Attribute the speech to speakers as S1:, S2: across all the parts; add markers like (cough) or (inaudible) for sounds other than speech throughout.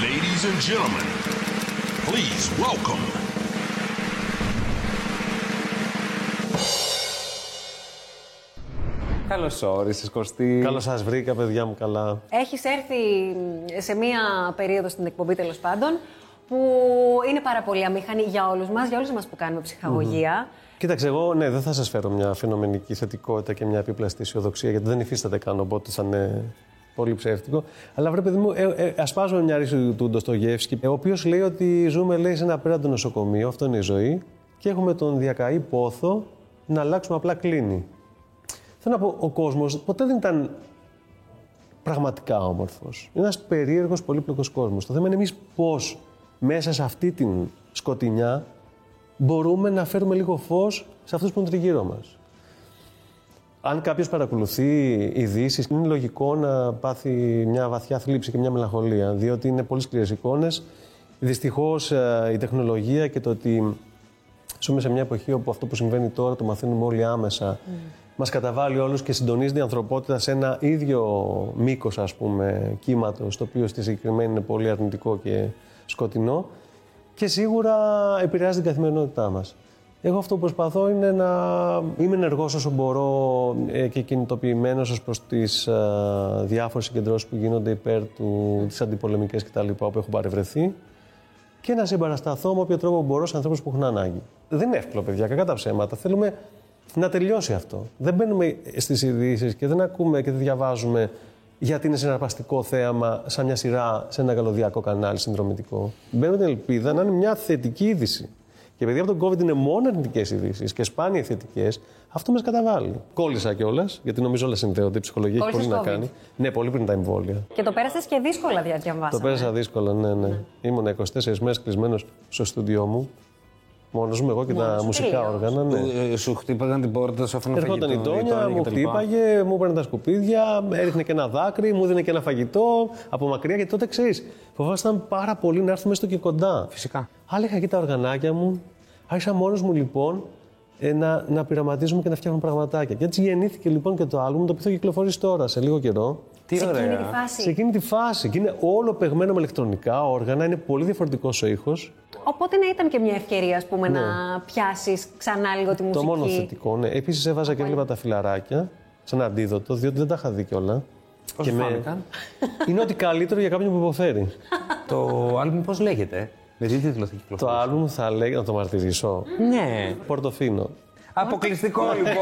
S1: Ladies and gentlemen, please welcome.
S2: Καλώς όρισες, Κωστή.
S3: Ε.
S4: Καλώς σας βρήκα, παιδιά μου, καλά.
S5: Έχεις έρθει σε μία περίοδο στην εκπομπή τέλος πάντων που είναι πάρα πολύ αμήχανη για όλους μας, για όλους μας που κάνουμε ψυχαγωγία.
S4: Κοίταξε, εγώ ναι, δεν θα σας φέρω μια φαινομενική θετικότητα και μια επίπλαστη αισιοδοξία, γιατί δεν υφίσταται καν, οπότε θα είναι πολύ ψεύτικο. Αλλά βρε, παιδί μου, ε, ε, ασπάζομαι μια ρίση του Ντοστογεύσκη, ο οποίος λέει ότι ζούμε λέει, σε ένα απέραντο νοσοκομείο, αυτό είναι η ζωή, και έχουμε τον διακαή πόθο να αλλάξουμε απλά κλίνη. Θέλω να πω, ο κόσμος ποτέ δεν ήταν πραγματικά όμορφος. Είναι ένας περίεργος, πολύπλοκος κόσμος. Το θέμα είναι εμείς πώς μέσα σε αυτή την σκοτεινιά μπορούμε να φέρουμε λίγο φως σε αυτούς που είναι τριγύρω μας. Αν κάποιος παρακολουθεί ειδήσεις, είναι λογικό να πάθει μια βαθιά θλίψη και μια μελαγχολία, διότι είναι πολύ σκληρές εικόνες. Δυστυχώς ε, η τεχνολογία και το ότι ζούμε σε μια εποχή όπου αυτό που συμβαίνει τώρα το μαθαίνουμε όλοι άμεσα. Μας Μα καταβάλει όλους και συντονίζεται η ανθρωπότητα σε ένα ίδιο μήκος, ας πούμε, κύματος, το οποίο στη συγκεκριμένη είναι πολύ αρνητικό και σκοτεινό. Και σίγουρα επηρεάζει την καθημερινότητά μας. Εγώ αυτό που προσπαθώ είναι να είμαι ενεργός όσο μπορώ ε, και κινητοποιημένος ως προς τις ε, διάφορες συγκεντρώσεις που γίνονται υπέρ του, τις αντιπολεμικές κτλ. που έχουν παρευρεθεί και να συμπαρασταθώ με όποιο τρόπο μπορώ σε ανθρώπους που έχουν ανάγκη. Δεν είναι εύκολο, παιδιά, κακά τα ψέματα. Θέλουμε να τελειώσει αυτό. Δεν μπαίνουμε στις ειδήσεις και δεν ακούμε και δεν διαβάζουμε γιατί είναι συναρπαστικό θέαμα, σαν μια σειρά σε ένα καλωδιακό κανάλι συνδρομητικό. Μπαίνουμε την ελπίδα να είναι μια θετική είδηση. Και επειδή από τον COVID είναι μόνο αρνητικές ειδήσεις και σπάνια θετικές, αυτό μας καταβάλει. Κόλλησα κιόλας, γιατί νομίζω όλα συνδέονται. Η ψυχολογία έχει πολύ
S5: Κόλλησες
S4: να
S5: COVID.
S4: κάνει. Ναι, πολύ πριν τα εμβόλια.
S5: Και το πέρασες και δύσκολα δια- διαβάσαμε.
S4: Το πέρασα δύσκολα, ναι, ναι. Ήμουν 24 μέρες κλεισμένος στο στούντιό μου. Μόνος μου, εγώ και τα
S5: Μόνος,
S4: μουσικά
S5: τελείως.
S4: όργανα. Ναι.
S3: Ε, Σου χτύπαγαν την πόρτα, σου έφεραν
S4: Ερχόταν η
S3: φαγητό,
S4: Τόνια,
S3: γειτόνια
S4: μου
S3: κτλ.
S4: χτύπαγε, μου έπαιρνε τα σκουπίδια, έριχνε και ένα δάκρυ, μου έδινε και ένα φαγητό από μακριά. Γιατί τότε ξέρεις, φοβάσταν πάρα πολύ να έρθουμε στο και κοντά.
S3: Φυσικά.
S4: Άλλα είχα εκεί τα οργανάκια μου. Άρχισα μόνος μου λοιπόν ε, να, να πειραματίζουμε και να φτιάχνω πραγματάκια. Και έτσι γεννήθηκε λοιπόν και το άλμπουμ το οποίο θα κυκλοφορήσει τώρα σε λίγο καιρό.
S3: Τι
S5: Σε εκείνη τη
S3: ωραία.
S5: φάση.
S4: Σε εκείνη τη φάση. Και είναι όλο παιγμένο με ηλεκτρονικά όργανα, είναι πολύ διαφορετικός ο ήχος.
S5: Οπότε να ήταν και μια ευκαιρία, ας πούμε, να πιάσεις ξανά λίγο τη
S4: Ναι. Το
S5: μουσική.
S4: μόνο θετικό, ναι. Επίσης έβαζα και έβλεπα τα φιλαράκια σαν αντίδοτο, διότι δεν τα είχα δει
S5: (laughs)
S4: κιόλα.
S3: Πώς σου φάνηκαν?
S4: Είναι ότι καλύτερο για κάποιον που υποφέρει.
S3: Το άλμπουμ πώς λέγεται. Με τι τίτλο θα
S4: το
S3: κυκλοφορήσει.
S4: άλμπουμ θα λέγεται, να το μαρτυρήσω.
S3: Ναι.
S4: Πορτοφίνο.
S3: Αποκλειστικό λοιπόν.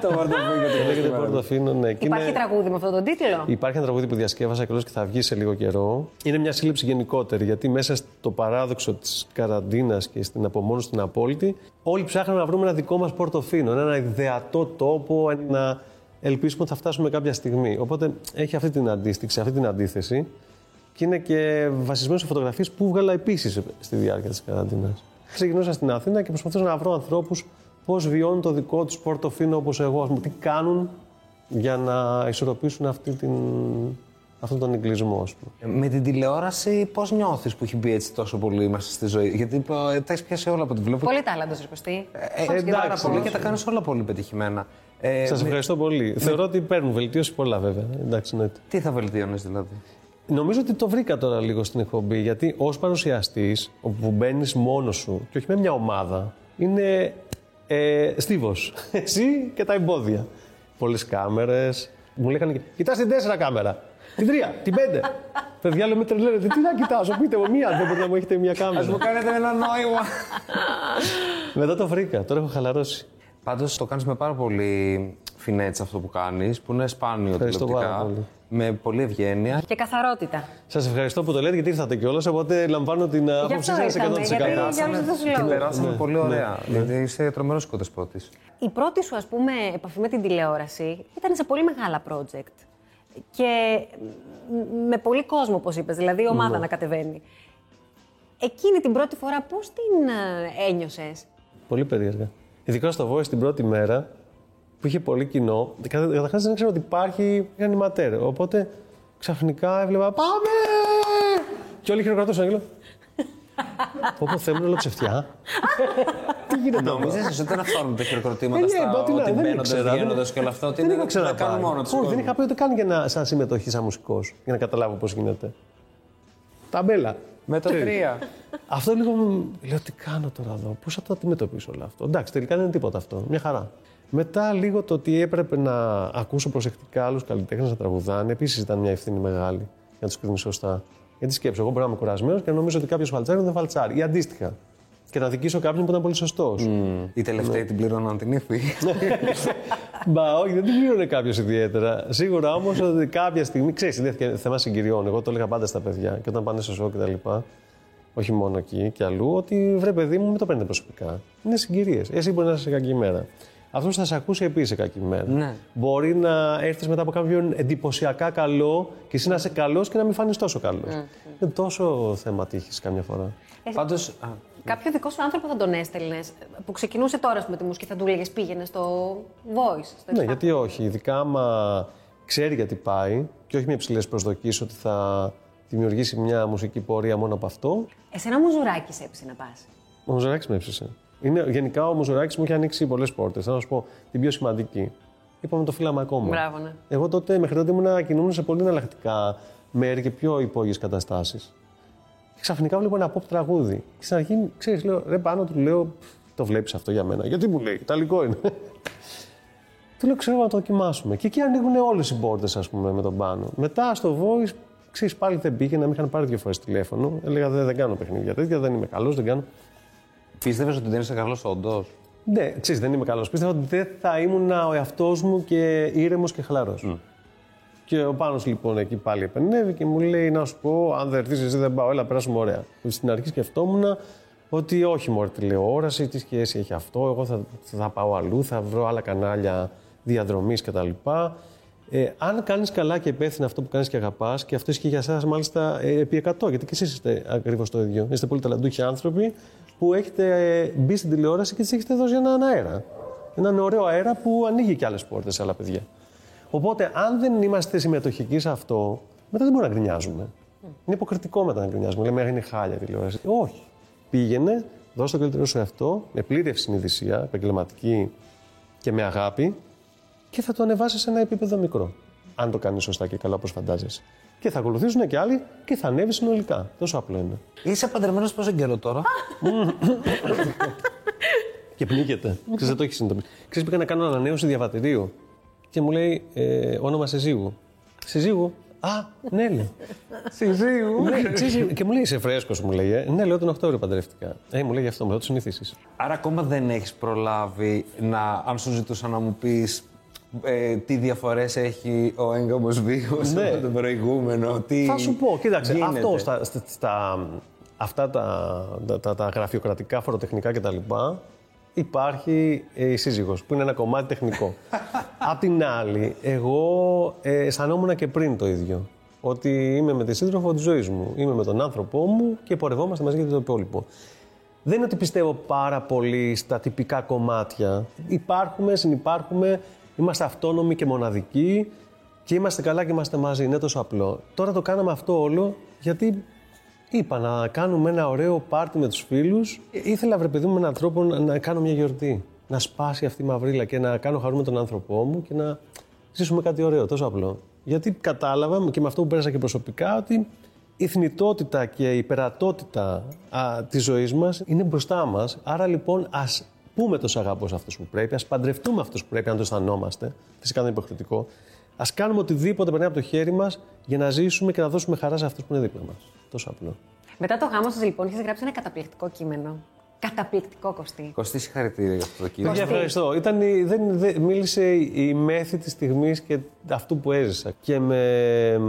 S3: το- Το βαρτοφύγιο του
S4: Λέγεται
S3: Χριστουγέννου.
S4: Πορτοφίνο, ναι. Και
S5: Υπάρχει
S4: είναι-
S5: τραγούδι με αυτόν τον τίτλο.
S4: Υπάρχει ένα τραγούδι που διασκεύασα κιόλας και θα βγει σε λίγο καιρό. Είναι μια σύλληψη γενικότερη, γιατί μέσα στο παράδοξο της καραντίνας και στην απομόνωση την απόλυτη, όλοι ψάχναμε να βρούμε ένα δικό μας πορτοφίνο, ένα ιδεατό τόπο, να ελπίσουμε ότι θα φτάσουμε κάποια στιγμή. Οπότε έχει αυτή την αντίστοιξη, αυτή την αντίθεση. Και είναι και βασισμένο σε φωτογραφίες που βγάλα επίσης στη διάρκεια της καραντίνας. Ξεκινούσα στην Αθήνα και προσπαθούσα να βρω ανθρώπους πώς βιώνουν το δικό τους πορτοφίνο όπως εγώ, ας πούμε, τι κάνουν για να ισορροπήσουν αυτή την, αυτόν τον εγκλισμό, ας πούμε.
S3: Με την τηλεόραση, πώς νιώθεις που έχει μπει έτσι τόσο πολύ μέσα στη ζωή. Γιατί ε, τα έχεις πιάσει όλα από τη βλέπω.
S5: Πολύ τάλαντος, Ρικοστή.
S3: Ε, ε,
S4: εντάξει,
S3: πάρα πολύ και
S4: εντάξει.
S3: τα κάνεις όλα πολύ πετυχημένα. Ε,
S4: Σας
S3: με-
S4: ευχαριστώ πολύ. Θεωρώ ότι παίρνουν βελτίωση πολλά βέβαια. Εντάξει, εννοείται.
S3: Τι θα βελτίωνε δηλαδή.
S4: Νομίζω ότι το βρήκα τώρα λίγο στην εκπομπή, γιατί ως παρουσιαστής, όπου μπαίνεις μόνος σου και όχι με μια ομάδα, είναι ε, στίβος. (laughs) Εσύ και τα εμπόδια. Πολλές κάμερες. Μου λέγανε και. Κοιτάς την τέσσερα κάμερα. Την τρία, την πέντε. Παιδιά, λέω με τρελαίνετε. Τι να κοιτάζω, πείτε μου μία, δεν μπορεί να μου έχετε μία
S3: Ας μου
S4: κάμερα.
S3: κάνετε ένα νόημα.
S4: Μετά το βρήκα, τώρα έχω χαλαρώσει.
S3: Πάντως το κάνεις με πάρα πολύ φινέτσα αυτό που κάνεις, που είναι σπάνιο
S4: Ευχαριστώ
S3: τηλεοπτικά.
S4: πάρα πολύ.
S3: Με πολλή ευγένεια.
S5: Και καθαρότητα.
S4: Σας ευχαριστώ που το λέτε γιατί ήρθατε κιόλας. Οπότε λαμβάνω την
S5: Γι'
S4: άποψή
S5: αυτό
S4: σας 100%.
S5: ήρθαμε, γιατί για όλους αυτού του
S3: Την
S5: λόγου.
S3: περάσαμε
S4: Ναι,
S3: πολύ ωραία. Γιατί είσαι τρομερός οικοδεσπότη.
S5: Η πρώτη σου, ας πούμε, επαφή με την τηλεόραση ήταν σε πολύ μεγάλα project. Και μ, με πολύ κόσμο, όπως είπες, δηλαδή η
S4: Ναι.
S5: ομάδα να κατεβαίνει. Εκείνη την πρώτη φορά πώς την ε, ένιωσες.
S4: Πολύ περίεργα. Ειδικά στο Voice την πρώτη μέρα που είχε πολύ κοινό. κατα- Καταρχάς δεν ξέρω ότι υπάρχει ένα ματέρ. Οπότε ξαφνικά έβλεπα Πάμε! Και όλοι χειροκρατούσαν. Και λέω Πω πω θέλω όλα ψευτιά. Τι γίνεται εδώ.
S3: Νομίζεις ότι δεν αυθόρμητα τα χειροκροτήματα
S4: Ε, ναι,
S3: στα
S4: είπα ότι ναι,
S3: ότι
S4: δεν
S3: μπαίνοντας,
S4: ήξερα, δεν-
S3: βγαίνοντας και όλα αυτά. Ότι
S4: δεν
S3: είναι-
S4: είχα
S3: να κάνουν
S4: ξαναπάρει.
S3: μόνο τους
S4: Όχι,
S3: κόσμο.
S4: δεν είχα πει ούτε καν για να, σαν συμμετοχή σαν μουσικός για να καταλάβω πώς γίνεται. ταμπέλα.
S3: Με το
S4: Ξέρεις.
S3: τρία.
S4: Αυτό λίγο μου. Λέω τι κάνω τώρα εδώ, πώς θα το αντιμετωπίσω όλο αυτό. Εντάξει, τελικά δεν είναι τίποτα αυτό. Μια χαρά. Μετά λίγο το ότι έπρεπε να ακούσω προσεκτικά άλλους καλλιτέχνες να τραγουδάνε, επίσης ήταν μια ευθύνη μεγάλη για να τους κρίνει σωστά. Γιατί σκέψω, εγώ μπορεί να είμαι κουρασμένος και να νομίζω ότι κάποιος φαλτσάρει δεν φαλτσάρει. Ή αντίστοιχα. Και να δικήσω κάποιον που ήταν πολύ σωστός.
S3: Η τελευταία την πληρώναν την ύφη.
S4: Ναι. Μπα, όχι, δεν την πλήρωνε κάποιος ιδιαίτερα. Σίγουρα όμως ότι κάποια στιγμή. ξέρεις, είναι θέ- θέμα συγκυριών. Εγώ το έλεγα πάντα στα παιδιά και όταν πάνε στο σοκ και τα λοιπά. Όχι μόνο εκεί και αλλού, ότι βρε παιδί μου, μην το παίρνετε προσωπικά. Είναι συγκυρίες. Εσύ μπορεί να είσαι σε κακή μέρα. Αυτός θα σε ακούσει επίσης σε κακή μέρα.
S3: Ναι.
S4: Μπορεί να έρθεις μετά από κάποιον εντυπωσιακά καλό και εσύ να είσαι καλός και να μην φανεί τόσο καλός. Είναι τόσο θέμα τύχης καμιά φορά.
S3: Πάντω.
S5: Κάποιο δικό σου άνθρωπο θα τον έστελνες που ξεκινούσε τώρα με τη μουσική, θα του έλεγες πήγαινε στο voice. Στο
S4: Ναι,
S5: X Factor.
S4: γιατί όχι. Ειδικά άμα ξέρει γιατί πάει και όχι με υψηλές προσδοκίες ότι θα δημιουργήσει μια μουσική πορεία μόνο από αυτό,
S5: Εσένα μου ζουράκι έπεισε να πας.
S4: ο Μουζουράκη με έψησε. Είναι, γενικά ο Μουζουράκη μου έχει ανοίξει πολλές πόρτες. Θα σου πω την πιο σημαντική. Είπαμε το φύλαμα ακόμα.
S5: Μπράβο, ναι.
S4: Εγώ τότε μέχρι τότε ήμουν κινούμουν σε πολύ εναλλακτικά μέρη και πιο υπόγειες καταστάσεις. Και ξαφνικά βλέπω ένα pop τραγούδι. Και στην αρχή, ξέρεις, λέω, ρε πάνω του λέω, «Πφ, το βλέπεις αυτό για μένα. Γιατί μου λέει, Ιταλικό είναι. (laughs) του λέω, ξέρω να το δοκιμάσουμε. Και εκεί ανοίγουν όλες οι πόρτες, ας πούμε, με τον πάνω. Μετά στο voice, ξέρεις, πάλι δεν πήγε, να με είχαν πάρει δύο φορές τηλέφωνο. Έλεγα, δεν, δεν κάνω παιχνίδια τέτοια, δεν είμαι καλός, δεν κάνω.
S3: Πίστευες ότι δεν είσαι καλός όντως.
S4: Ναι, ξέρεις, δεν είμαι καλός. Πίστευα ότι δεν θα ήμουν ο εαυτός μου και ήρεμος και χαλαρός. Και ο Πάνος λοιπόν εκεί πάλι επενεύει και μου λέει να σου πω, αν δεν έρθεις εσύ δεν πάω, έλα περάσουμε ωραία. Στην αρχή σκεφτόμουν ότι όχι μωρέ τηλεόραση, τι σχέση έχει αυτό, εγώ θα, θα πάω αλλού, θα βρω άλλα κανάλια διαδρομής κτλ. Ε, αν κάνεις καλά και υπεύθυνα αυτό που κάνεις και αγαπάς και αυτό ισχύει για εσάς μάλιστα ε, επί 100 γιατί και εσείς είστε ακριβώς το ίδιο. Είστε πολύ ταλαντούχοι άνθρωποι που έχετε ε, μπει στην τηλεόραση και τις έχετε δώσει έναν αέρα. Έναν ωραίο αέρα που ανοίγει και άλλες πόρτες σε άλλα παιδιά. Οπότε αν δεν είμαστε συμμετοχικοί σε αυτό, μετά δεν μπορούμε να γκρινιάζουμε. Είναι υποκριτικό μετά να γκρινιάζουμε. Λέμε, «Α, είναι χάλια τηλεόραση. Όχι. Πήγαινε, δώσε το καλύτερο σου εαυτό, με πλήρη ευσυνειδησία, επαγγελματική και με αγάπη και θα το ανεβάσεις σε ένα επίπεδο μικρό. Αν το κάνεις σωστά και καλά, όπως φαντάζεσαι. Και θα ακολουθήσουν και άλλοι και θα ανέβεις συνολικά. Τόσο απλό είναι.
S3: Είσαι παντρεμένος πόσο καιρό τώρα.
S4: Και πνίγεται. Ξέρεις, δεν το έχεις συνειδητοποιήσει. Ξέρεις, πήγα να κάνω ανανέωση διαβατηρίου και μου λέει ε, όνομα Σεζίγου. Σεζίγου. Α, ναι, λέω.
S3: Συζύγου.
S4: Ναι, ξέρεις, και μου λέει είσαι φρέσκος, μου λέει. «Ε, Ναι, λέω τον Οκτώβριο παντρεύτηκα. Ε, μου λέει γι' αυτό, μου θα το συνηθίσεις.
S3: Άρα ακόμα δεν έχεις προλάβει να, αν σου ζητούσα να μου πεις ε, τι διαφορές έχει ο έγκαμος βίος
S4: Ναι.
S3: από τον προηγούμενο. Τι
S4: Θα σου πω, κοίταξε,
S3: γίνεται.
S4: αυτό στα, στα, στα- αυτά τα, τα, τα, τα γραφειοκρατικά, φοροτεχνικά κτλ. Υπάρχει ε, η σύζυγος, που είναι ένα κομμάτι τεχνικό. Απ' την άλλη, εγώ ε, αισθανόμουν και πριν το ίδιο. Ότι είμαι με τη σύντροφο της ζωής μου. Είμαι με τον άνθρωπό μου και πορευόμαστε μαζί για το υπόλοιπο. Δεν είναι ότι πιστεύω πάρα πολύ στα τυπικά κομμάτια. Υπάρχουμε, συνυπάρχουμε, είμαστε αυτόνομοι και μοναδικοί και είμαστε καλά και είμαστε μαζί. Είναι τόσο απλό. Τώρα το κάναμε αυτό όλο γιατί είπα να κάνουμε ένα ωραίο πάρτι με τους φίλους. Ε, Ήθελα βρε παιδί μου με έναν τρόπο να, να κάνω μια γιορτή. Να σπάσει αυτή η μαυρίλα και να κάνω χαρούμε τον άνθρωπό μου και να ζήσουμε κάτι ωραίο. Τόσο απλό. Γιατί κατάλαβα και με αυτό που πέρασα και προσωπικά ότι η θνητότητα και η υπερατότητα α, της ζωής μας είναι μπροστά μας. Άρα λοιπόν ας πούμε τους αγαπώ σε αυτούς που πρέπει, ας παντρευτούμε αυτούς που πρέπει, αν το αισθανόμαστε. Φυσικά δεν είναι υποχρεωτικό. Ας κάνουμε οτιδήποτε περνάει από το χέρι μας για να ζήσουμε και να δώσουμε χαρά σε αυτούς που είναι δίπλα μας. Τόσο απλό.
S5: Μετά το γάμο σας, λοιπόν, είχε γράψει ένα καταπληκτικό κείμενο. Καταπληκτικό κοστί.
S3: Κωστή συγχαρητήρια για αυτό το κείμενο.
S4: Παιδιά, ευχαριστώ. Ήταν η, δεν, δεν- μίλησε η μέθη της στιγμής και αυτού που έζησα. Και με,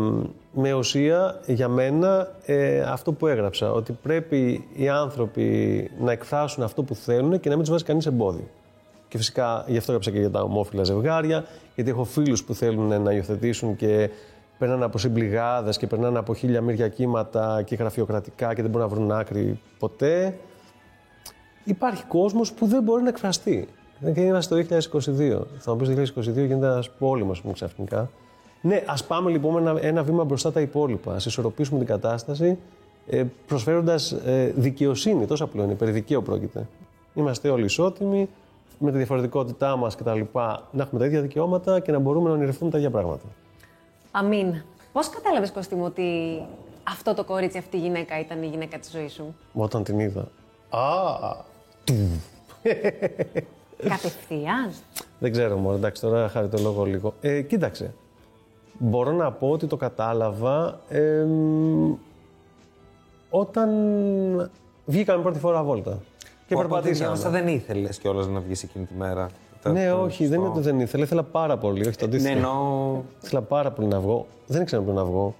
S4: με ουσία, για μένα, ε, αυτό που έγραψα. Ότι πρέπει οι άνθρωποι να εκφράσουν αυτό που θέλουν και να μην τους βάζει κανείς εμπόδιο. Και φυσικά γι' αυτό έγραψα και για τα ομόφυλα ζευγάρια, γιατί έχω φίλους που θέλουν να υιοθετήσουν και περνάνε από συμπληγάδες και περνάνε από χίλια μύρια κύματα και γραφειοκρατικά και δεν μπορούν να βρουν άκρη ποτέ υπάρχει κόσμος που δεν μπορεί να εκφραστεί. Δηλαδή, Και είμαστε το 2022. Θα μου πεις το 2022 γίνεται ένας πόλεμος, ας πούμε, ξαφνικά. Ναι, ας πάμε λοιπόν με ένα, ένα βήμα μπροστά τα υπόλοιπα. Ας ισορροπήσουμε την κατάσταση ε, προσφέροντας ε, δικαιοσύνη. Τόσο απλό είναι, περί δικαίου πρόκειται. Είμαστε όλοι ισότιμοι, με τη διαφορετικότητά μας κτλ. Να έχουμε τα ίδια δικαιώματα και να μπορούμε να ονειρευτούμε τα ίδια πράγματα.
S5: Αμήν. Πώς κατάλαβες, Κωστή μου, ότι αυτό το κορίτσι, αυτή η γυναίκα ήταν η γυναίκα της ζωής σου.
S4: Όταν την είδα. Α,
S5: Κατευθείαν.
S4: Δεν ξέρω μόνο, εντάξει, τώρα χαριτολογώ λίγο. Ε, κοίταξε. Μπορώ να πω ότι το κατάλαβα εμ, όταν βγήκαμε πρώτη φορά βόλτα. Και
S3: Που από ό,τι
S4: περπατήσαμε.
S3: διάβασα δεν ήθελες κιόλας να βγεις εκείνη τη μέρα.
S4: Ναι,
S3: Το-
S4: όχι, δεν είναι ότι δεν ήθελα. Ήθελα πάρα πολύ, όχι το
S3: Ναι,
S4: αντίθετο.
S3: εννοώ.
S4: Ήθελα πάρα πολύ να βγω. Δεν ήξερα πού να βγω.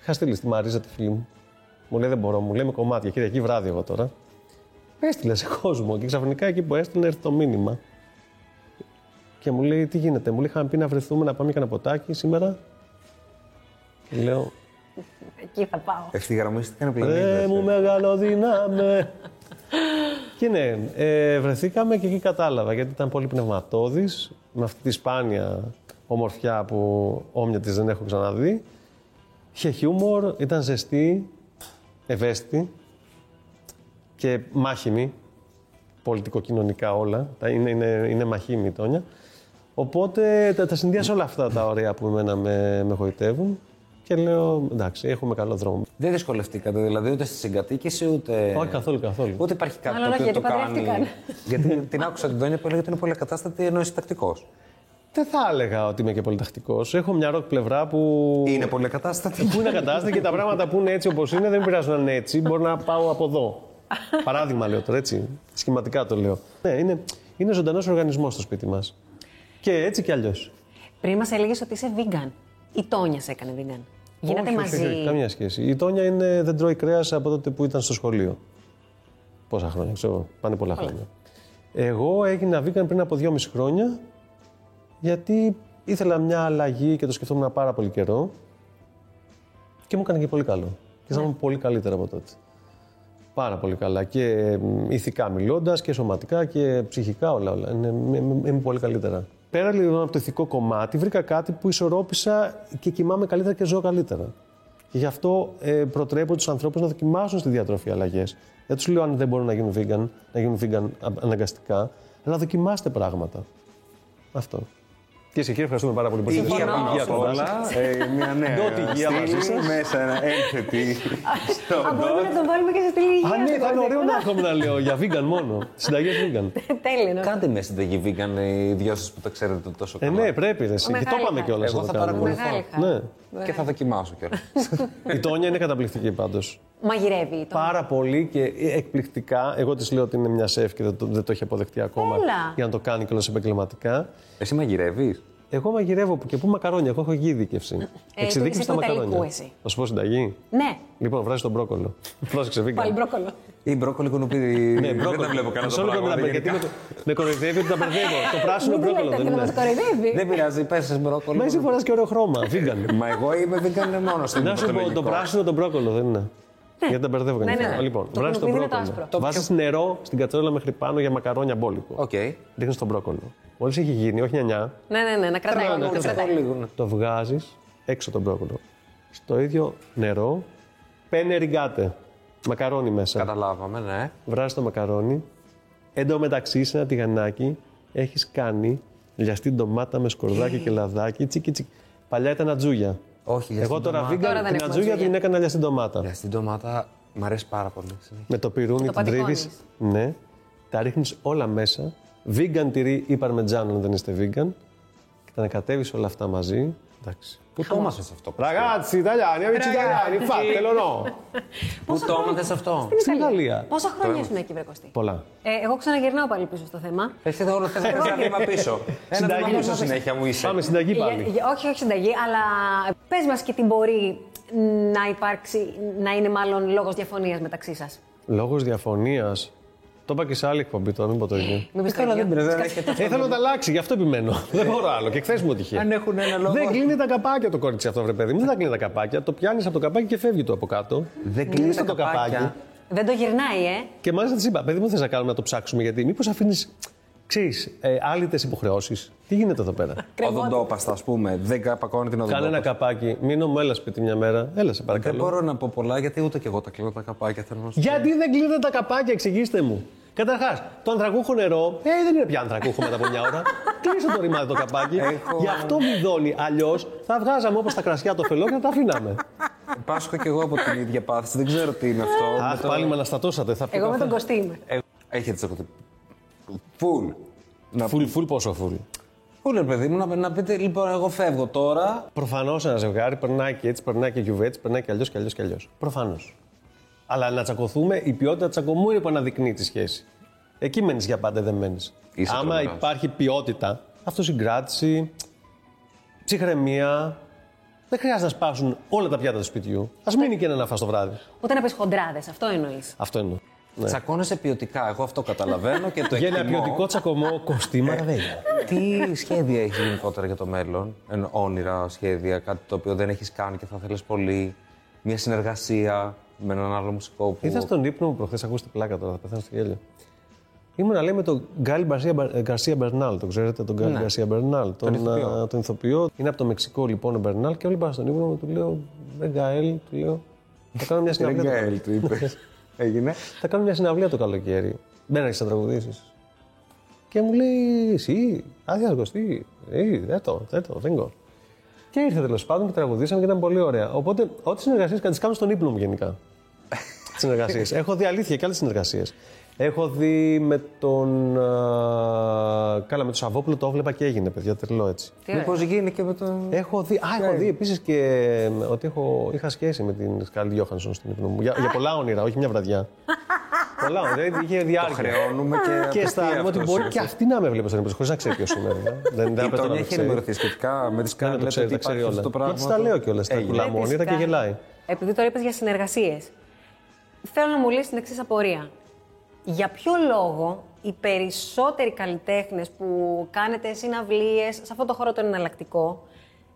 S4: Είχα στείλει στη Μαρίζα τη φίλη μου. Μου λέει δεν μπορώ, μου λέει με κομμάτια. Κυριακή βράδυ εγώ τώρα. Έστειλε σε κόσμο και ξαφνικά εκεί που έστειλε έρθει το μήνυμα. Και μου λέει τι γίνεται. Μου λέει είχαμε πει να βρεθούμε να πάμε για ένα ποτάκι σήμερα. Και Λέω
S5: Εκεί θα πάω.
S3: Ευθυγραμμίστηκαν ε. οι
S4: ρε
S3: πλανήτες.
S4: μου μεγαλοδύναμε. και ναι, ε, βρεθήκαμε και εκεί κατάλαβα γιατί ήταν πολύ πνευματώδης με αυτή τη σπάνια ομορφιά που όμοια της δεν έχω ξαναδεί. Είχε χιούμορ, ήταν ζεστή, ευαίσθητη και μάχημη, πολιτικοκοινωνικά όλα. Τα Είναι, είναι, είναι μαχήμη η Τόνια. Οπότε τα, τα συνδυάζω όλα αυτά τα ωραία που εμένα με, με γοητεύουν και λέω εντάξει, έχουμε καλό δρόμο.
S3: Δεν δυσκολευτήκατε δηλαδή ούτε στη συγκατοίκηση ούτε.
S4: Όχι καθόλου, καθόλου.
S3: Ούτε υπάρχει κάτι
S5: Μάλλον
S3: το
S5: όχι,
S3: οποίο το
S5: γιατί
S3: κάνει.
S5: παντρεύτηκαν.
S3: γιατί την άκουσα την Τόνια που έλεγε ότι είναι πολυκατάστατη ενώ είσαι τακτικός.
S4: Δεν θα έλεγα ότι είμαι και πολυτακτικό. Έχω μια ροκ πλευρά που.
S3: Είναι πολυκατάστατη.
S4: που είναι κατάσταση και τα πράγματα που είναι έτσι όπως είναι δεν με πειράζουν να είναι έτσι. Μπορώ να πάω από εδώ. Παράδειγμα λέω τώρα, έτσι. Σχηματικά το λέω. Ναι, είναι, είναι ζωντανός οργανισμός στο σπίτι μας. Και έτσι κι αλλιώς.
S5: Πριν μας έλεγες ότι είσαι vegan. Η Τόνια σε έκανε vegan. Γίνατε μαζί.
S4: καμία σχέση. Η Τόνια είναι, δεν τρώει κρέας από τότε που ήταν στο σχολείο. Πόσα χρόνια, ξέρω εγώ. Πάνε πολλά χρόνια. Εγώ έγινα vegan πριν από δυόμιση χρόνια γιατί ήθελα μια αλλαγή και το σκεφτόμουν πάρα πολύ καιρό και μου έκανε και πολύ καλό. Και αισθάνομαι πολύ καλύτερα από τότε. Πάρα πολύ καλά. Και μ, ηθικά μιλώντας και σωματικά και ψυχικά όλα. όλα. Είναι, με- με- είμαι πολύ καλύτερα. Πέρα λοιπόν από το ηθικό κομμάτι, βρήκα κάτι που ισορρόπησα και κοιμάμαι καλύτερα και ζω καλύτερα. Και γι' αυτό ε, προτρέπω τους ανθρώπους να δοκιμάσουν στη διατροφή αλλαγές. Δεν τους λέω αν δεν μπορούν να γίνουν vegan, να γίνουν vegan α- αναγκαστικά, αλλά δοκιμάστε πράγματα. Αυτό. Κύριε και κύριοι, ευχαριστούμε πάρα πολύ που ήρθατε.
S3: Υγεία πάνω απ'
S4: κοντά σας.
S3: όλα. ε, Μια νέα.
S4: Νιώτη υγεία μαζί
S3: στήλη,
S4: σας.
S3: Μέσα ένθετη. στο
S5: Α, μπορούμε
S3: ντότ.
S5: να τον βάλουμε και σε στήλη υγεία.
S4: Α, ναι,
S5: στον
S4: θα είναι ωραίο
S5: κορδί.
S4: να
S5: (laughs)
S4: έρχομαι να λέω για vegan μόνο. Συνταγές vegan.
S5: Τέλειο. ναι.
S3: Κάντε μια συνταγή vegan οι δυο σας που τα ξέρετε τόσο
S4: Ε,
S3: καλά.
S4: ναι, πρέπει. Ρε, εσύ. και το
S5: Μεγάλη
S4: είπαμε
S5: χαρά.
S4: κιόλας.
S3: Εγώ θα παρακολουθώ.
S5: Μεγάλη χαρά.
S4: Ναι.
S3: Και θα δοκιμάσω κιόλας.
S4: (laughs) Η Τόνια είναι καταπληκτική πάντως.
S5: Μαγειρεύει η Τόνια.
S4: Πάρα πολύ και εκπληκτικά. Εγώ της λέω ότι είναι μια σεφ και δεν το, δεν το έχει αποδεχτεί ακόμα
S5: Έλα.
S4: για να το κάνει κιόλα επαγγελματικά.
S3: Εσύ μαγειρεύεις.
S4: Εγώ μαγειρεύω που- και πού μακαρόνια. Εγώ έχω
S5: Ε,
S4: γλυκύδικευση. Εξειδίκευση στα
S5: του Ιταλικού
S4: μακαρόνια.
S5: εσύ.
S4: Να σου πω συνταγή.
S5: Ναι,
S4: Λοιπόν, βράζεις τον μπρόκολο. Πρόσεξε, βίγκα.
S5: πάλι μπρόκολο.
S3: Ή μπρόκολι κουνουπίδι. Δεν τα βλέπω καλά
S4: Ναι, Μισό
S3: το
S4: λεπτό με
S3: πράγμα.
S4: τα μπλε,
S3: γενικά.
S4: Γιατί με, με κοροϊδεύει ότι τα μπερδεύω. το πράσινο
S5: Μην του
S4: μπρόκολο
S5: λέτε
S4: δεν
S5: και να μας
S4: είναι.
S5: κοροϊδεύει.
S3: (laughs) Δεν πειράζει, πες μπρόκολο.
S4: Μα εσύ φοράς και ωραίο χρώμα. Βίγκαν.
S3: Μα εγώ είμαι vegan μόνο στην
S4: Να σου πω, το πράσινο τον μπρόκολο δεν είναι. Γιατί τα μπερδεύω κανείς.
S5: Ναι, ναι, ναι.
S4: Λοιπόν,
S5: Το
S4: βράζει τον
S5: κουνουπίδι είναι το
S4: μπρόκολο.
S5: άσπρο.
S4: Βάζεις νερό στην κατσαρόλα μέχρι πάνω για μακαρόνια μπόλικο.
S3: Οκ.
S4: Ρίχνεις τον μπρόκολο. Μόλις έχει γίνει, όχι νιανιά,
S5: Ναι, ναι, ναι, να κρατάει.
S4: Τρανό,
S5: να
S4: ναι,
S5: κρατάει.
S4: το βγάζεις έξω τον μπρόκολο. Στο ίδιο νερό, πένε ριγκάτε. Μακαρόνι μέσα.
S3: Καταλάβαμε, ναι.
S4: Βράζεις το μακαρόνι. Εν τω μεταξύ, σε ένα τηγανάκι έχεις κάνει λιαστή ντομάτα με σκορδάκι και λαδάκι. Τσίκι, τσίκι. Παλιά ήταν ατζούγια.
S3: Όχι, λιαστή
S4: Εγώ τώρα
S3: ντομάτα.
S4: βίγκα
S5: Τώρα δεν
S4: την
S5: έχουμε
S4: ατζούγια
S5: ατζούγια.
S4: την έκανα λιαστή ντομάτα.
S3: Για Ε, στην ντομάτα μ' αρέσει πάρα πολύ.
S4: Με το πιρούνι
S5: Το
S4: την τρίβει.
S5: πατικώνεις.
S4: Ναι, τα ρίχνεις όλα μέσα. Vegan τυρί ή παρμετζάνο, αν δεν είστε vegan. Και τα ανακατεύεις όλα αυτά μαζί. Εντάξει.
S3: Πού το έμαθες αυτό.
S4: Ragazzi, italiani, amici italiani, fatelo no!
S3: Πού το έμαθες
S4: (laughs)
S3: αυτό.
S4: Στην Ιταλία.
S5: Πόσα χρόνια ήσουν εκεί, Βρεκοστή.
S4: Πολλά.
S5: Ε, εγώ ξαναγυρνάω πάλι πίσω στο θέμα.
S3: Εσύ θα όλο θες να κάνεις ένα βήμα πίσω. Ένα
S4: Συνταγή.
S3: βήμα πίσω συνέχεια μου είσαι.
S4: Πάμε συνταγή
S5: Για-
S4: πάλι.
S5: Ε, για- όχι, όχι συνταγή, αλλά πες μας και τι μπορεί να υπάρξει, να είναι μάλλον λόγος διαφωνίας μεταξύ σας.
S4: Λόγος διαφωνίας. Το είπα και σε άλλη εκπομπή τώρα, μην πω το ίδιο.
S5: Μην πεις το ίδιο.
S4: Ε, θέλω να τα αλλάξει, γι' αυτό επιμένω. Δεν μπορώ άλλο. Και χθες μου τυχε.
S3: Ε. Αν έχουν ένα λόγο.
S4: Δεν κλείνει τα καπάκια το κόρτσι αυτό, βρε παιδί μου. Δεν τα κλείνει τα καπάκια. Το πιάνεις από το καπάκι και φεύγει το από κάτω.
S3: Δεν κλείνει
S4: Κλείστο
S3: τα καπάκια.
S5: Δεν το γυρνάει, ε.
S4: Και μάλιστα της είπα, παιδί μου, θες να κάνουμε να το ψάξουμε γιατί. Μήπως αφήνεις, ξέρεις, ε, άλυτες υποχρεώσεις. Τι γίνεται εδώ πέρα.
S3: Οδοντόπαστα, ας πούμε. Δεν καπακώνει την
S4: Κάνε ένα
S3: οδοντόπαστα.
S4: καπάκι, μείνω μου, έλα σπίτι μια μέρα. Έλα, σε
S3: Δεν
S4: παρακαλώ.
S3: μπορώ να πω πολλά γιατί ούτε και εγώ τα κλείνω τα καπάκια. Θέλω να σου
S4: Γιατί δεν κλείνετε τα καπάκια, εξηγήστε μου. Καταρχάς, το ανθρακούχο νερό, ε, δεν είναι πια ανθρακούχο μετά από μια ώρα. Κλείσε το ρημάδι το καπάκι.
S3: Έχω-
S4: Γι' αυτό μηδώνει. Αλλιώς θα βγάζαμε όπως τα κρασιά το φελό και θα τα αφήναμε.
S3: Πάσχω και εγώ από την ίδια πάθηση. Δεν ξέρω τι είναι αυτό.
S4: Αχ, πάλι με αναστατώσατε. Θα
S5: Εγώ με τον Κωστή είμαι.
S3: Ε, Έχετε τσακωθεί. Φουλ. Να
S4: Φουλ, φουλ, πόσο φουλ.
S3: Φουλ, ρε παιδί μου, να, να πείτε λοιπόν, εγώ φεύγω τώρα.
S4: Προφανώς ένα ζευγάρι περνάει και έτσι, περνάει και γιουβέ, έτσι, περνάει και αλλιώς και αλλιώς και αλλιώς. Προφανώς. Αλλά να τσακωθούμε, η ποιότητα τσακωμού είναι που αναδεικνύει τη σχέση. Εκεί μένεις για πάντα δεμένη.
S3: Είσαι
S4: Άμα
S3: τρομερός.
S4: υπάρχει ποιότητα, αυτοσυγκράτηση, ψυχραιμία. Δεν χρειάζεται να σπάσουν όλα τα πιάτα του σπιτιού. Ας μείνει και ένα να φας το βράδυ.
S5: Ούτε να πει χοντράδες, αυτό εννοείς.
S4: Αυτό εννοώ. Ναι.
S3: Τσακώνεσαι ποιοτικά. Εγώ αυτό καταλαβαίνω και το
S4: Για ένα
S3: εκτιμώ.
S4: ποιοτικό τσακωμό
S3: Ε,
S4: κοστίμα δεν είναι.
S3: Τι σχέδια έχει γενικότερα για το μέλλον, εν, όνειρα, σχέδια, κάτι το οποίο δεν έχεις κάνει και θα θέλεις πολύ, μια συνεργασία με έναν άλλο μουσικό που.
S4: Είδα στον ύπνο μου προχθές, ακούστε τη πλάκα τώρα, θα πεθάνω στο γέλιο. Ήμουν να λέει με τον Γκάλι Γκαρσία Μπα- ε, Γκαρσία Μπερνάλ. Τον ξέρετε τον Γκάλι Γκαρσία Μπερνάλ, τον,
S3: Ναι. ηθοποιό.
S4: α, τον ηθοποιό. Είναι από το Μεξικό λοιπόν ο Μπερνάλ και όλοι πάνε στον ύπνο μου, του λέω Ρε Γκαέλ, του λέω. Θα κάνω μια
S3: Ρε
S4: συναυλία, το-
S3: Γκάιλ, του είπες.
S4: (laughs)
S3: Έγινε.
S4: θα κάνω μια συναυλία το καλοκαίρι. Δεν έχει να τραγουδήσεις. Και μου λέει Εσύ, άδειας κοστί. Ε, δεν το, δεν το, δεν go». Και ήρθε τέλος πάντων και τραγουδήσαμε και ήταν πολύ ωραία. Οπότε, ό,τι συνεργασίες κάνεις, κάνω στον ύπνο μου γενικά. τι συνεργασίες. Έχω δει αλήθεια και άλλες συνεργασίες. Έχω δει με τον. α, καλά, με τον Σαββόπουλο το έβλεπα και έγινε, παιδιά, τρελό έτσι.
S5: Τι ωραία.
S3: Μήπως γίνει και με τον.
S4: Έχω δει, α, έχω δει επίσης και μ, ότι έχω, είχα σχέση με την Σκάλη Γιώχανσον στην ύπνο μου. Για, για πολλά όνειρα, όχι μια
S3: (laughs)
S4: βραδιά. πολλά όνειρα, δηλαδή είχε διάρκεια.
S3: Χρεώνουμε και.
S4: Και αισθάνομαι ότι μπορεί και αυτή να με βλέπεις στον ύπνο, χωρίς να ξέρει ποιος είμαι. βέβαια.
S3: (laughs)
S4: δεν δεν
S3: Η
S4: απαιτώ
S3: Τόνια
S4: να με
S3: έχει
S4: ξέρει.
S3: ενημερωθεί σχετικά με τις
S4: Δεν
S3: κάρτε
S4: Ε, το ξέρει,
S3: ότι
S4: τα ξέρει
S3: υπάρχει αυτό
S4: όλα.
S3: το
S4: Και
S3: πράγμα.
S4: της τα
S3: το-
S4: λέω κιόλας, τα
S3: Έγινε.
S4: κουλάμε
S5: Της
S4: όνειρα και
S5: κάνει.
S4: γελάει.
S5: Επειδή τώρα είπες για συνεργασίες, θέλω να μου λύσεις την εξής απορία. Για ποιο λόγο οι περισσότεροι καλλιτέχνες που κάνετε συναυλίες σε αυτό το χώρο το εναλλακτικό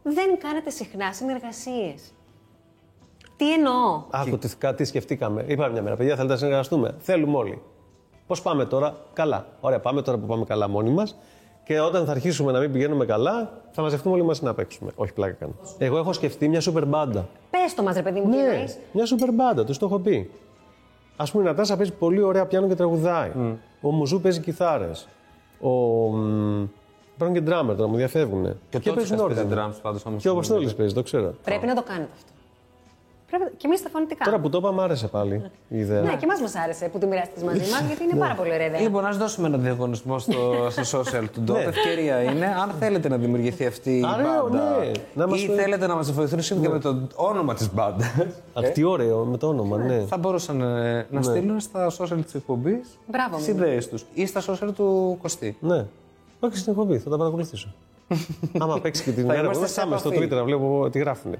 S5: δεν κάνετε συχνά συνεργασίες. Τι εννοώ.
S4: Άκου, τι, κα- τι σκεφτήκαμε. Είπαμε μια μέρα, παιδιά, θέλετε να συνεργαστούμε. Θέλουμε όλοι. Πώς πάμε τώρα, καλά. Ωραία, πάμε τώρα που πάμε καλά μόνοι μας. Και όταν θα αρχίσουμε να μην πηγαίνουμε καλά, θα μαζευτούμε όλοι μαζί να παίξουμε. Όχι, πλάκα κάνω. Εγώ έχω σκεφτεί μια σούπερ μπάντα.
S5: Πες το μας, ρε παιδί μου, τι
S4: Ναι,
S5: εννοείς.
S4: μια σούπερ μπάντα, του το έχω πει. Ας πούμε, η Νατάσα παίζει πολύ ωραία πιάνο και τραγουδάει.
S3: Mm.
S4: Ο Μουζού παίζει κιθάρες. Ο. μ, Υπάρχουν και ντράμερ τώρα, μου διαφεύγουν.
S3: Και ο Τότσικας
S4: όλοι.
S3: παίζει drums πάντως, όμως.
S4: Και ο Αποστόλη παίζει, το ξέρω.
S5: Πρέπει να το κάνετε αυτό. Πρέπει... Και εμείς τα φωνητικά.
S4: Τώρα που το είπα, μου άρεσε πάλι η ιδέα.
S5: Ναι, και εμάς μας άρεσε που τη μοιράστηκες μαζί μας, γιατί
S4: Ναι.
S5: είναι πάρα πολύ ωραία ιδέα.
S3: Λοιπόν, ας δώσουμε ένα διαγωνισμό στο, στο social του
S4: Ναι.
S3: Ντότ. Ευκαιρία είναι, αν θέλετε να δημιουργηθεί αυτή η
S4: Ωραίο,
S3: μπάντα.
S4: ναι. Να μας
S3: ή
S4: το-
S3: θέλετε να μας βοηθήσουν και με το όνομα της μπάντας.
S4: Αχ, τι ωραίο με το όνομα, ναι.
S3: Ε. θα μπορούσαν ε, να στείλουν στα social της εκπομπής
S5: Μπράβο μου.
S3: τι ιδέες τους ή στα social του Κωστή.
S4: Ναι. Όχι στην εκπομπή, θα τα
S3: (laughs)
S4: παρακολουθήσω. Άμα παίξει και την
S3: Θα
S4: μέρα που
S3: είμαστε σε
S4: πάμε στο
S3: επαφή.
S4: Twitter να βλέπω τι γράφουν.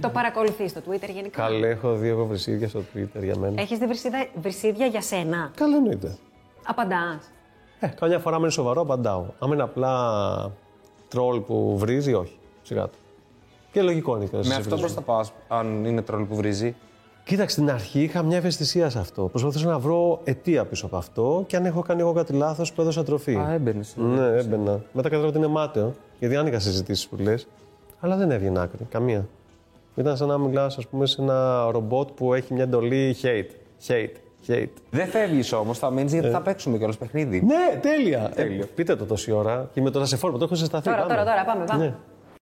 S5: Το παρακολουθείς στο Twitter γενικά.
S4: Καλέ, έχω δύο εγώ βρυσίδια στο Twitter για μένα.
S3: Ε.
S5: Έχει δει βρυσίδα- βρυσίδια για σένα.
S4: Καλά εννοείται.
S5: Απαντάς.
S4: Ε, καμιά φορά με είναι σοβαρό, απαντάω. Άμα είναι απλά τρόλ που βρίζει, όχι. Σιγά του. Και λογικό είναι και να σε
S3: Με αυτό
S4: βρίζουν.
S3: πώ θα πα, αν είναι τρόλ που βρίζει.
S4: Κοίταξε, στην αρχή είχα μια ευαισθησία σε αυτό. Προσπαθούσα να βρω αιτία πίσω από αυτό και αν έχω κάνει εγώ κάτι λάθος που έδωσα τροφή.
S3: Α, έμπαινες.
S4: Ναι, έμπαινα. Μετά κατάλαβα ότι είναι μάταιο, γιατί άνοιγα συζητήσεις που λες, αλλά δεν έβγαινε άκρη. Καμία. Ήταν σαν να μιλάς, ας πούμε, σε ένα ρομπότ που έχει μια εντολή hate. Hate. Hate.
S3: Δεν φεύγεις όμως, θα μείνεις
S4: Ε.
S3: γιατί θα παίξουμε κιόλας παιχνίδι.
S4: Ναι, τέλεια. Ε, πείτε το τόση ώρα. Είμαι τώρα σε φόρμα, το έχω ζεσταθεί.
S5: Τώρα,
S4: πάμε.
S5: τώρα, τώρα, πάμε, πάμε.
S4: Ναι.